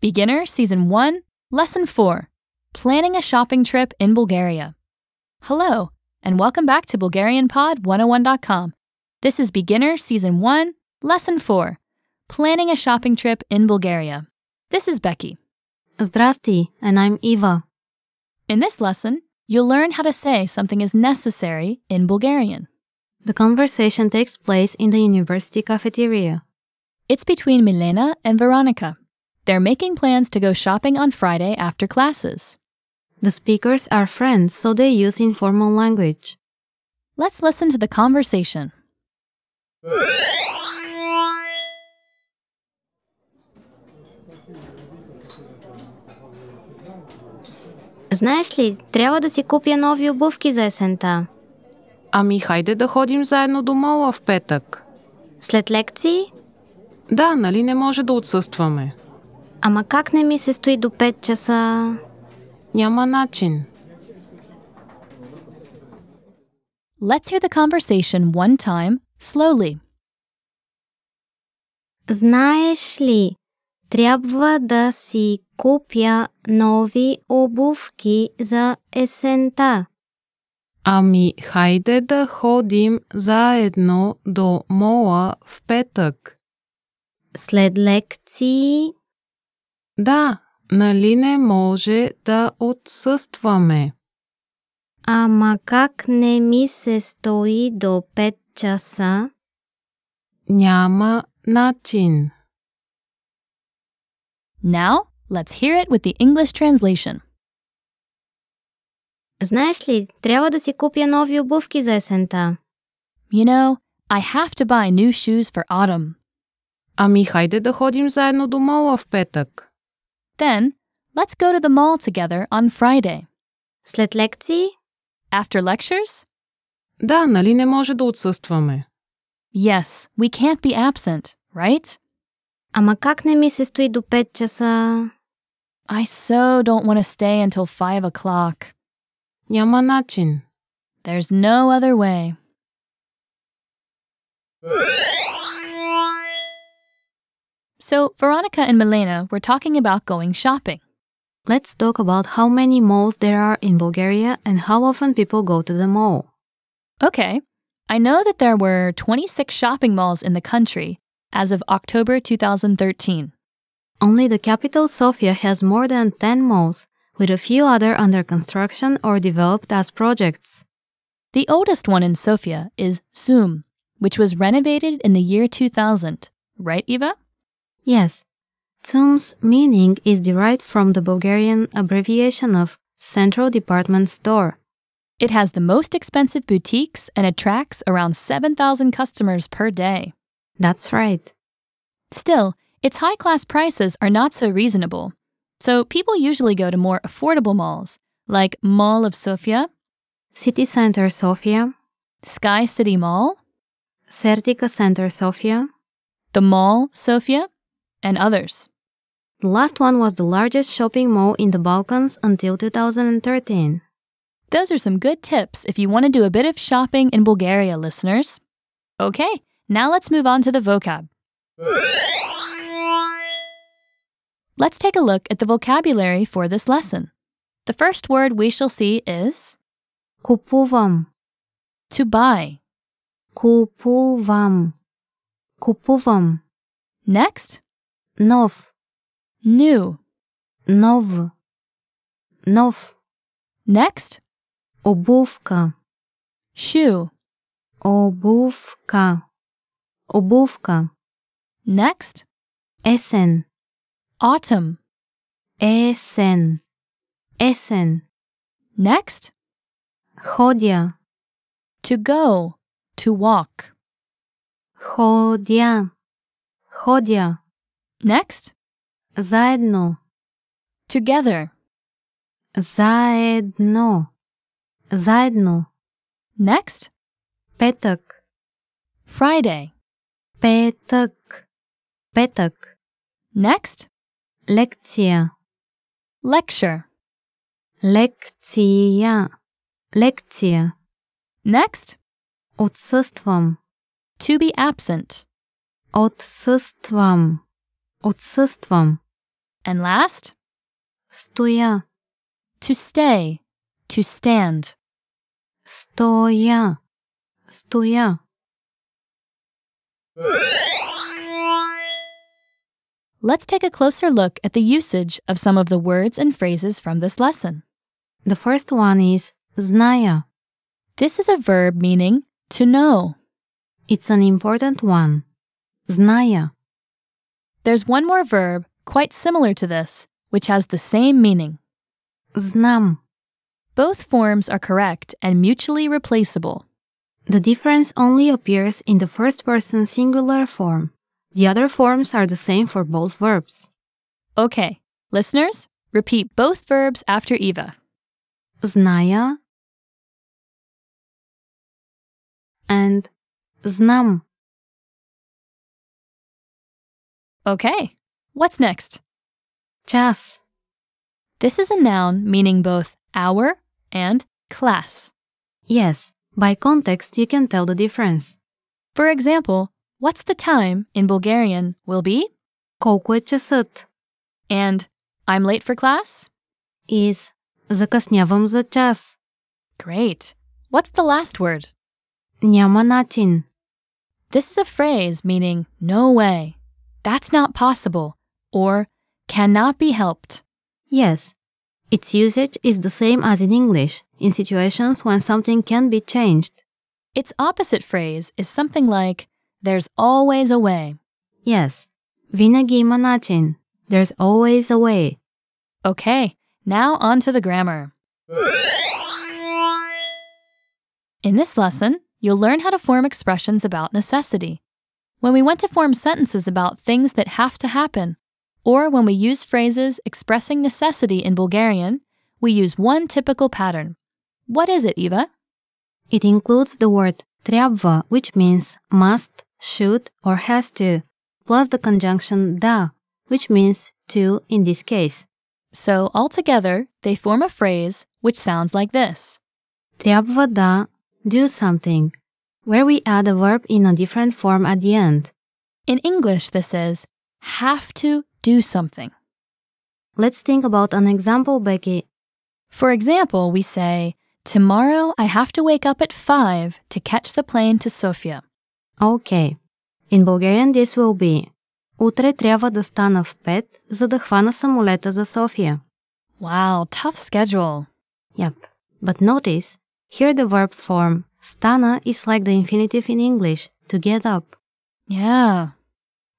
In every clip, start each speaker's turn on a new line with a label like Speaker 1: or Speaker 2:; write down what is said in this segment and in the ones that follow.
Speaker 1: Beginner Season 1, Lesson 4 Planning a Shopping Trip in Bulgaria. Hello, and welcome back to BulgarianPod101.com. This is Beginner Season 1, Lesson 4 Planning a Shopping Trip in Bulgaria. This is Becky.
Speaker 2: Здрасти, and I'm Eva.
Speaker 1: In this lesson, you'll learn how to say something is necessary in Bulgarian.
Speaker 2: The conversation takes place in the university cafeteria.
Speaker 1: It's between Milena and Veronica. They're making plans to go shopping on Friday after classes.
Speaker 2: The speakers are friends, so they use informal language.
Speaker 1: Let's listen to the conversation.
Speaker 3: Знаеш ли, трябва да си купя нови обувки за есента.
Speaker 4: Ами, хайде да ходим заедно до мола в петък.
Speaker 3: След лекции?
Speaker 4: Да, нали не може да отсъстваме?
Speaker 3: Ама как не ми се стои до 5 часа?
Speaker 4: Няма начин.
Speaker 1: Let's hear the conversation one time, slowly.
Speaker 3: Знаеш ли, трябва да си купя нови обувки за есента.
Speaker 4: Ами, хайде да ходим заедно до мола в петък.
Speaker 3: След лекции?
Speaker 4: Да, нали не може да отсъстваме?
Speaker 3: Ама как не ми се стои до 5 часа?
Speaker 4: Няма начин.
Speaker 1: Now, let's hear it with the English translation.
Speaker 3: Знаеш ли, трябва да си купя нови обувки за есента.
Speaker 1: You know, I have to buy new shoes for autumn.
Speaker 4: Ами, хайде да ходим заедно до мола в петък.
Speaker 1: Then, let's go to the mall together on Friday.
Speaker 3: След лекции?
Speaker 1: After lectures?
Speaker 4: Да, нали не може да отсъстваме?
Speaker 1: Yes, we can't be absent, right?
Speaker 3: Ама как не ми се стои до 5 часа?
Speaker 1: I so don't want to stay until 5 o'clock.
Speaker 4: Няма начин.
Speaker 1: There's no other way. So, Veronica and Milena were talking about going shopping.
Speaker 2: Let's talk about how many malls there are in Bulgaria and how often people go to the mall.
Speaker 1: Okay, I know that there were 26 shopping malls in the country as of October 2013.
Speaker 2: Only the capital Sofia has more than 10 malls, with a few other under construction or developed as projects.
Speaker 1: The oldest one in Sofia is Zoom, which was renovated in the year 2000. Right, Eva?
Speaker 2: Yes, TSUM's meaning is derived from the Bulgarian abbreviation of Central Department Store.
Speaker 1: It has the most expensive boutiques and attracts around 7,000 customers per day.
Speaker 2: That's right.
Speaker 1: Still, its high class prices are not so reasonable. So people usually go to more affordable malls, like Mall of Sofia,
Speaker 2: City Center Sofia,
Speaker 1: Sky City Mall,
Speaker 2: Sertica Center Sofia.
Speaker 1: the Mall Sofia, and others.
Speaker 2: The last one was the largest shopping mall in the Balkans until 2013.
Speaker 1: Those are some good tips if you want to do a bit of shopping in Bulgaria, listeners. Okay, now let's move on to the vocab. Let's take a look at the vocabulary for this lesson. The first word we shall see is
Speaker 2: Купувам,
Speaker 1: to buy.
Speaker 2: купувам, купувам.
Speaker 1: Next,
Speaker 2: Нов,
Speaker 1: new.
Speaker 2: нов, нов.
Speaker 1: Next,
Speaker 2: Обувка,
Speaker 1: shoe.
Speaker 2: обувка, обувка.
Speaker 1: Next,
Speaker 2: Есен,
Speaker 1: autumn.
Speaker 2: есен, есен.
Speaker 1: Next,
Speaker 2: Ходя,
Speaker 1: to go, to walk.
Speaker 2: ходя, ходя.
Speaker 1: Next,
Speaker 2: Заедно,
Speaker 1: together.
Speaker 2: заедно, заедно.
Speaker 1: Next,
Speaker 2: Петък,
Speaker 1: Friday.
Speaker 2: петък, петък.
Speaker 1: Next,
Speaker 2: Лекция,
Speaker 1: lecture.
Speaker 2: лекция, лекция.
Speaker 1: Next,
Speaker 2: Отсъствам,
Speaker 1: to be absent.
Speaker 2: отсъствам, отсъствам.
Speaker 1: And last,
Speaker 2: Стоя.
Speaker 1: to stay, to stand.
Speaker 2: Стоя. Стоя.
Speaker 1: Let's take a closer look at the usage of some of the words and phrases from this lesson.
Speaker 2: The first one is зная.
Speaker 1: This is a verb meaning to know.
Speaker 2: It's an important one. Зная.
Speaker 1: There's one more verb quite similar to this, which has the same meaning.
Speaker 2: Знам.
Speaker 1: Both forms are correct and mutually replaceable.
Speaker 2: The difference only appears in the first person singular form. The other forms are the same for both verbs.
Speaker 1: Okay, listeners, repeat both verbs after Eva.
Speaker 2: Зная and знам.
Speaker 1: Okay, what's next?
Speaker 2: Час.
Speaker 1: This is a noun meaning both hour and class.
Speaker 2: Yes, by context you can tell the difference.
Speaker 1: For example, what's the time in Bulgarian will be
Speaker 2: Колко е часът?
Speaker 1: and I'm late for class?
Speaker 2: Is закъснявам за час.
Speaker 1: Great. What's the last word?
Speaker 2: Няма начин.
Speaker 1: This is a phrase meaning no way, that's not possible, or cannot be helped.
Speaker 2: Yes. Its usage is the same as in English in situations when something can be changed.
Speaker 1: Its opposite phrase is something like there's always a way.
Speaker 2: Yes. Винаги има начин. There's always a way.
Speaker 1: Okay, now on to the grammar. In this lesson, you'll learn how to form expressions about necessity. When we want to form sentences about things that have to happen, or when we use phrases expressing necessity in Bulgarian, we use one typical pattern. What is it, Eva?
Speaker 2: It includes the word трябва, which means must, should, or has to, plus the conjunction да, which means to in this case.
Speaker 1: So, altogether, they form a phrase which sounds like this.
Speaker 2: Трябва да do something, where we add a verb in a different form at the end.
Speaker 1: In English, this is have to do something.
Speaker 2: Let's think about an example, Becky.
Speaker 1: For example, we say, Tomorrow I have to wake up at 5 to catch the plane to Sofia.
Speaker 2: Okay. In Bulgarian this will be Утре трябва да стана в 5, за да хвана самолета за София.
Speaker 1: Wow, tough schedule.
Speaker 2: Yep. But notice, here the verb form stana is like the infinitive in English, to get up.
Speaker 1: Yeah.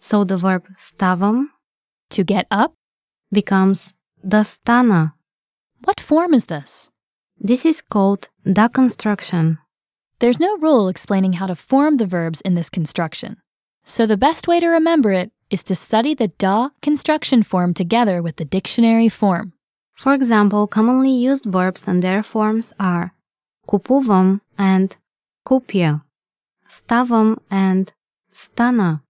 Speaker 2: So the verb ставам
Speaker 1: To get up?
Speaker 2: becomes да стана.
Speaker 1: What form is this?
Speaker 2: This is called да construction.
Speaker 1: There's no rule explaining how to form the verbs in this construction. So the best way to remember it is to study the da construction form together with the dictionary form.
Speaker 2: For example, commonly used verbs and their forms are купувам and купя, ставам and стана,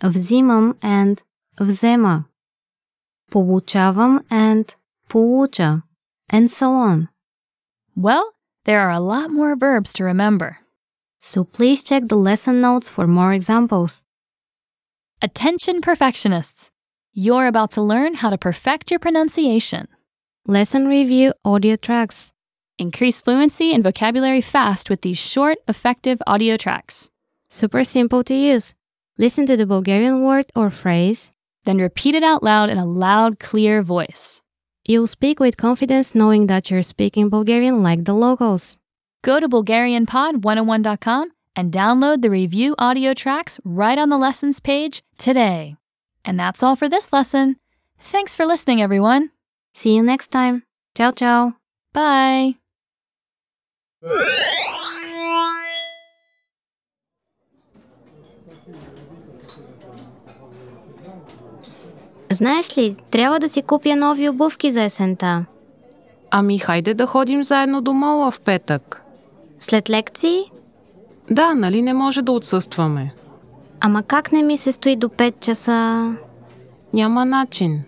Speaker 2: взимам and взема, получавам and получа, and so on.
Speaker 1: Well, there are a lot more verbs to remember.
Speaker 2: So please check the lesson notes for more examples.
Speaker 1: Attention perfectionists! You're about to learn how to perfect your pronunciation.
Speaker 2: Lesson review audio tracks.
Speaker 1: Increase fluency and vocabulary fast with these short, effective audio tracks.
Speaker 2: Super simple to use. Listen to the Bulgarian word or phrase
Speaker 1: Then repeat it out loud in a loud, clear voice.
Speaker 2: You'll speak with confidence knowing that you're speaking Bulgarian like the locals.
Speaker 1: Go to BulgarianPod101.com and download the review audio tracks right on the lessons page today. And that's all for this lesson. Thanks for listening, everyone.
Speaker 2: See you next time. Ciao, ciao.
Speaker 1: Bye.
Speaker 3: Знаеш ли, трябва да си купя нови обувки за есента.
Speaker 4: Ами, хайде да ходим заедно до мола в петък.
Speaker 3: След лекции?
Speaker 4: Да, нали не може да отсъстваме?
Speaker 3: Ама как не ми се стои до 5 часа?
Speaker 4: Няма начин.